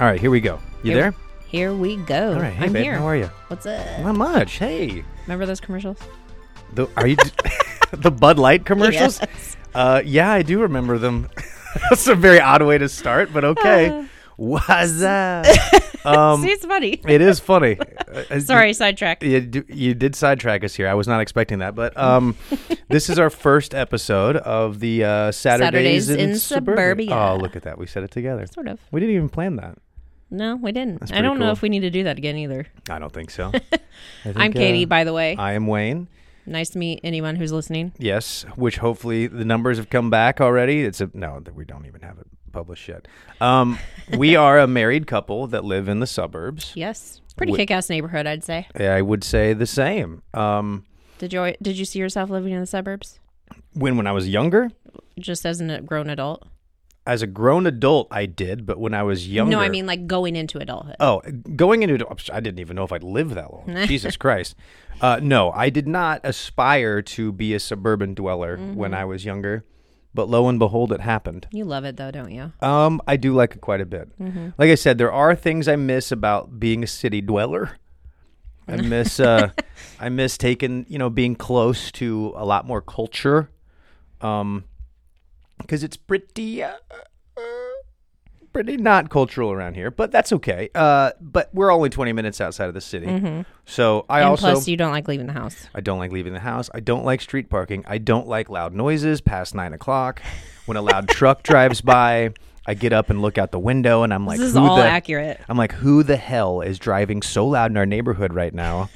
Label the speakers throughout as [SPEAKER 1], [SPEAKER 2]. [SPEAKER 1] All right, here we go. You
[SPEAKER 2] Here-
[SPEAKER 1] there?
[SPEAKER 2] Here we go.
[SPEAKER 1] All right. Hey,
[SPEAKER 2] I'm
[SPEAKER 1] babe.
[SPEAKER 2] here.
[SPEAKER 1] How are you?
[SPEAKER 2] What's up?
[SPEAKER 1] Not much. Hey.
[SPEAKER 2] Remember those commercials?
[SPEAKER 1] The, are you the Bud Light commercials?
[SPEAKER 2] Yes.
[SPEAKER 1] Uh, yeah, I do remember them. That's a very odd way to start, but okay. What's up? Um,
[SPEAKER 2] Uh. See, it's funny.
[SPEAKER 1] it is funny. Uh,
[SPEAKER 2] Sorry, sidetrack.
[SPEAKER 1] you, do, you did sidetrack us here. I was not expecting that, but um, this is our first episode of the uh, Saturdays,
[SPEAKER 2] Saturdays in Suburbia.
[SPEAKER 1] Oh, look at that! We said it together.
[SPEAKER 2] Sort of.
[SPEAKER 1] We didn't even plan that.
[SPEAKER 2] No, we didn't. I
[SPEAKER 1] pretty
[SPEAKER 2] don't know
[SPEAKER 1] cool.
[SPEAKER 2] if we need to do that again either.
[SPEAKER 1] I uh, don't think so.
[SPEAKER 2] I'm Katie, by the way.
[SPEAKER 1] I am Wayne.
[SPEAKER 2] nice to meet anyone who's listening.
[SPEAKER 1] Yes, which hopefully the numbers have come back already. It's a no, th- we don't even have it published yet. Um, we are a married couple that live in the suburbs.
[SPEAKER 2] Yes. Pretty
[SPEAKER 1] Wh-
[SPEAKER 2] kick ass neighborhood, I'd say.
[SPEAKER 1] I would say the same. Um,
[SPEAKER 2] Did you did you see yourself living in the suburbs?
[SPEAKER 1] when when I was younger,
[SPEAKER 2] Just as a grown adult?
[SPEAKER 1] as a grown adult, I did, but when I was younger,
[SPEAKER 2] No, I mean like going into adulthood.
[SPEAKER 1] Oh, going into adult- I didn't even know if I'd live that long. Jesus Christ. Uh, no, I did not aspire to be a suburban dweller
[SPEAKER 2] Mm-hmm.
[SPEAKER 1] when I was younger, but lo and behold, it happened.
[SPEAKER 2] You love it though, don't you?
[SPEAKER 1] Um, I do like it quite a bit.
[SPEAKER 2] Mm-hmm.
[SPEAKER 1] Like I said, there are things I miss about being a city dweller. I miss, uh, I miss taking, you know, being close to a lot more culture, um, because it's pretty, uh, uh, pretty not cultural around here. But that's okay. Uh, but we're only twenty minutes outside of the city, so I
[SPEAKER 2] Mm-hmm. and
[SPEAKER 1] also
[SPEAKER 2] plus you don't like leaving the house.
[SPEAKER 1] I don't like leaving the house. I don't like street parking. I don't like loud noises past nine o'clock. When a loud truck drives by, I get up and look out the window, and I'm like,
[SPEAKER 2] this is
[SPEAKER 1] "Who
[SPEAKER 2] all
[SPEAKER 1] the?"
[SPEAKER 2] accurate.
[SPEAKER 1] I'm like, "Who the hell is driving so loud in our neighborhood right now?"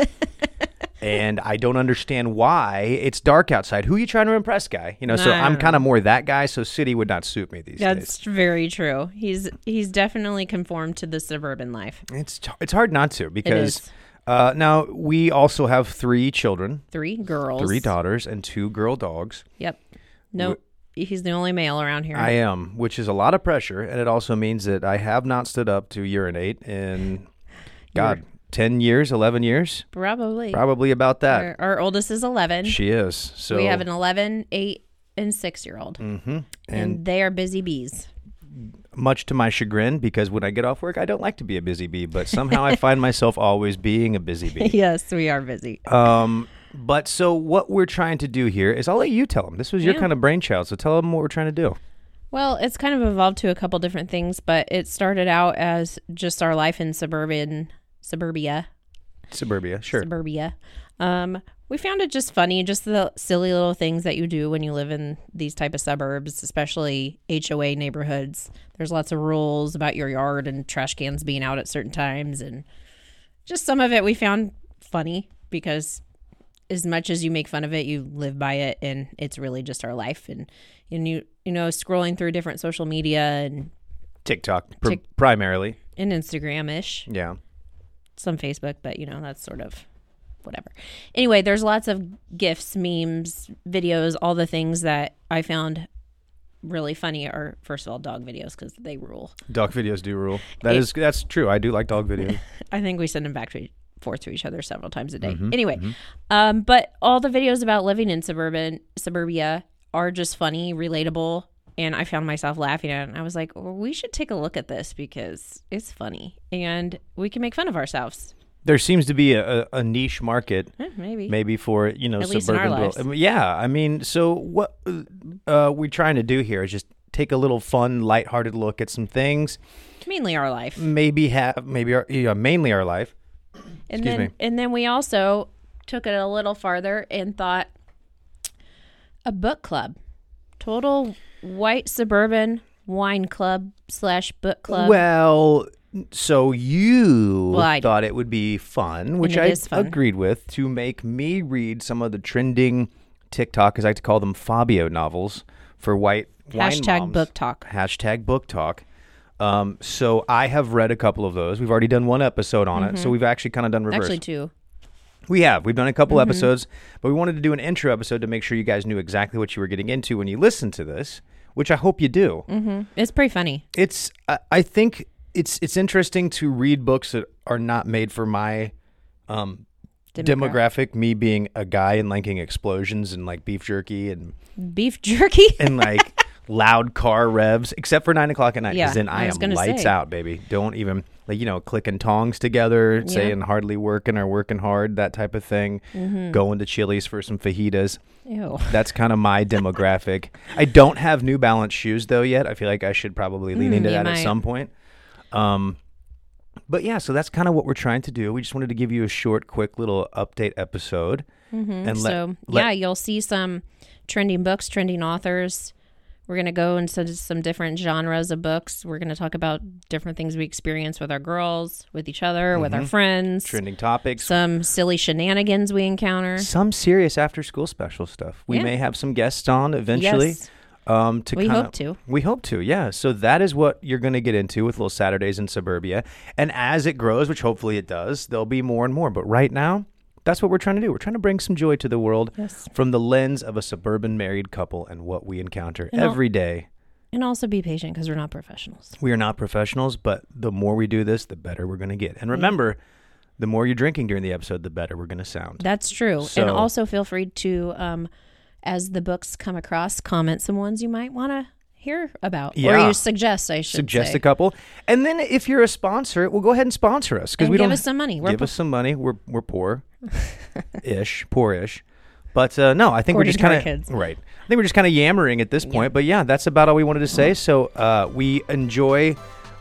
[SPEAKER 1] and I don't understand why it's dark outside. Who you trying to impress, guy? You know. so
[SPEAKER 2] No,
[SPEAKER 1] I'm
[SPEAKER 2] no,
[SPEAKER 1] kind of more that guy. So city would not suit me these days.
[SPEAKER 2] That's very true. He's he's definitely conformed to the suburban life.
[SPEAKER 1] It's it's hard not to because
[SPEAKER 2] is.
[SPEAKER 1] uh, now we also have three children,
[SPEAKER 2] Three girls.
[SPEAKER 1] three daughters, and two girl dogs.
[SPEAKER 2] Yep. No, he's the only male around here.
[SPEAKER 1] I am, which is a lot of pressure, and it also means that I have not stood up to urinate in God, ten years, eleven years,
[SPEAKER 2] Probably.
[SPEAKER 1] probably about that.
[SPEAKER 2] Our, our oldest is 11.
[SPEAKER 1] She is. So
[SPEAKER 2] we have an 11, 8, and 6 year old. Mm-hmm. And, they are busy bees.
[SPEAKER 1] much to my chagrin, because when I get off work, I don't like to be a busy bee, but somehow I find myself always being a busy bee.
[SPEAKER 2] yes, we are busy.
[SPEAKER 1] Um, but so what we're trying to do here is, I'll let you tell them. This was your
[SPEAKER 2] Yeah.
[SPEAKER 1] kind of brainchild, so tell them what we're trying to do.
[SPEAKER 2] Well, it's kind of evolved to a couple different things, but it started out as just our life in suburban suburbia.
[SPEAKER 1] Suburbia, sure.
[SPEAKER 2] suburbia. Um, we found it just funny, just the silly little things that you do when you live in these type of suburbs, especially HOA neighborhoods. There's lots of rules about your yard and trash cans being out at certain times, and just some of it we found funny because as much as you make fun of it, you live by it, and it's really just our life. And and you you know scrolling through different social media and
[SPEAKER 1] TikTok pr-
[SPEAKER 2] Tik-
[SPEAKER 1] primarily,
[SPEAKER 2] and Instagram ish
[SPEAKER 1] yeah.
[SPEAKER 2] some Facebook, but you know, that's sort of whatever. Anyway, there's lots of GIFs, memes, videos, all the things that I found really funny are, first of all, dog videos because they rule.
[SPEAKER 1] Dog videos do rule. That is that's true. I do like dog videos.
[SPEAKER 2] I think we send them back to each, forth to each other several times a day. anyway, um, but all the videos about living in suburban suburbia are just funny, relatable, and I found myself laughing at it. And I was like, well, we should take a look at this because it's funny and we can make fun of ourselves.
[SPEAKER 1] there seems to be a, a, a niche market
[SPEAKER 2] Eh, maybe.
[SPEAKER 1] maybe for you know
[SPEAKER 2] At least in
[SPEAKER 1] suburban
[SPEAKER 2] our
[SPEAKER 1] dwell-
[SPEAKER 2] lives.
[SPEAKER 1] I mean, yeah i mean so what uh, we're trying to do here is just take a little fun lighthearted look at some things
[SPEAKER 2] Mainly our life.
[SPEAKER 1] maybe have maybe our, yeah, mainly our life
[SPEAKER 2] And
[SPEAKER 1] Excuse
[SPEAKER 2] then
[SPEAKER 1] me.
[SPEAKER 2] and then we also took it a little farther and thought a book club. Total white suburban wine club slash book club.
[SPEAKER 1] well so you
[SPEAKER 2] Well, I-
[SPEAKER 1] thought it would be fun which
[SPEAKER 2] it
[SPEAKER 1] i
[SPEAKER 2] is fun.
[SPEAKER 1] agreed with to make me read some of the trending tiktok as i like to call them fabio novels for white wine
[SPEAKER 2] Hashtag
[SPEAKER 1] moms.
[SPEAKER 2] book talk.
[SPEAKER 1] hashtag book talk. Um, so I have read a couple of those. We've already done one episode on it, so we've actually kind of done reverse.
[SPEAKER 2] Actually two.
[SPEAKER 1] we have. We've done a couple episodes, but we wanted to do an intro episode to make sure you guys knew exactly what you were getting into when you listened to this, which I hope you do.
[SPEAKER 2] It's pretty funny.
[SPEAKER 1] It's. I, I think it's it's interesting to read books that are not made for my um, demographic. Me being a guy and liking explosions and like beef jerky and
[SPEAKER 2] Beef jerky.
[SPEAKER 1] and like loud car revs, except for nine o'clock at night.
[SPEAKER 2] Yeah,
[SPEAKER 1] Because then I,
[SPEAKER 2] I was
[SPEAKER 1] am
[SPEAKER 2] gonna
[SPEAKER 1] lights
[SPEAKER 2] say.
[SPEAKER 1] out, baby. Don't even like you know clicking tongs together, saying hardly working or working hard, that type of thing.
[SPEAKER 2] Mm-hmm.
[SPEAKER 1] Going to Chili's for some fajitas.
[SPEAKER 2] Ew.
[SPEAKER 1] That's kind of my demographic. I don't have New Balance shoes though yet. I feel like I should probably lean into
[SPEAKER 2] Mm, you
[SPEAKER 1] that at
[SPEAKER 2] might.
[SPEAKER 1] some point. Um, but yeah, so that's kind of what we're trying to do. We just wanted to give you a short, quick little update episode, and let,
[SPEAKER 2] Mm-hmm. so
[SPEAKER 1] let-
[SPEAKER 2] yeah, you'll see some trending books, trending authors. We're gonna go into some different genres of books. We're gonna talk about different things we experience with our girls, with each other, with
[SPEAKER 1] Mm-hmm.
[SPEAKER 2] our friends.
[SPEAKER 1] trending topics.
[SPEAKER 2] Some silly shenanigans we encounter.
[SPEAKER 1] some serious after school special stuff. We
[SPEAKER 2] Yeah.
[SPEAKER 1] may have some guests on eventually.
[SPEAKER 2] Yes.
[SPEAKER 1] Um, to
[SPEAKER 2] We
[SPEAKER 1] kinda-
[SPEAKER 2] hope to.
[SPEAKER 1] We hope to, yeah. So that is what you're going to get into with little Saturdays in suburbia, and as it grows, which hopefully it does, there'll be more and more. But right now, that's what we're trying to do. We're trying to bring some joy to the world
[SPEAKER 2] Yes.
[SPEAKER 1] from the lens of a suburban married couple and what we encounter
[SPEAKER 2] And I'll-
[SPEAKER 1] every day.
[SPEAKER 2] And also be patient because we're not professionals.
[SPEAKER 1] We are not professionals, but the more we do this, the better we're going to get. And remember, the more you're drinking during the episode, the better we're going to sound.
[SPEAKER 2] That's true.
[SPEAKER 1] So-
[SPEAKER 2] and also feel free to, um, as the books come across, comment some ones you might want to hear about
[SPEAKER 1] Yeah.
[SPEAKER 2] or you suggest. I should
[SPEAKER 1] suggest
[SPEAKER 2] say.
[SPEAKER 1] a couple. And then if you're a sponsor, well, go ahead and sponsor us because
[SPEAKER 2] And
[SPEAKER 1] we
[SPEAKER 2] give
[SPEAKER 1] don't
[SPEAKER 2] us some money. We're
[SPEAKER 1] give us some money. We're we're poor, ish, poor-ish. But uh, no, I think we're
[SPEAKER 2] According
[SPEAKER 1] just
[SPEAKER 2] to our
[SPEAKER 1] kind of
[SPEAKER 2] kids.
[SPEAKER 1] right. I think we're just kind of yammering at this point. But yeah, that's about all we wanted to say. So uh, we enjoy.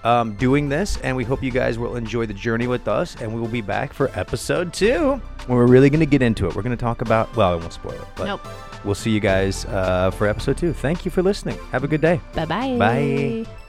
[SPEAKER 1] Um, doing this, and we hope you guys will enjoy the journey with us. And we will be back for episode two, when we're really going to get into it. We're going to talk about well, I won't spoil it, but
[SPEAKER 2] Nope.
[SPEAKER 1] we'll see you guys uh, for episode two. Thank you for listening. Have a good day.
[SPEAKER 2] Bye-bye.
[SPEAKER 1] Bye.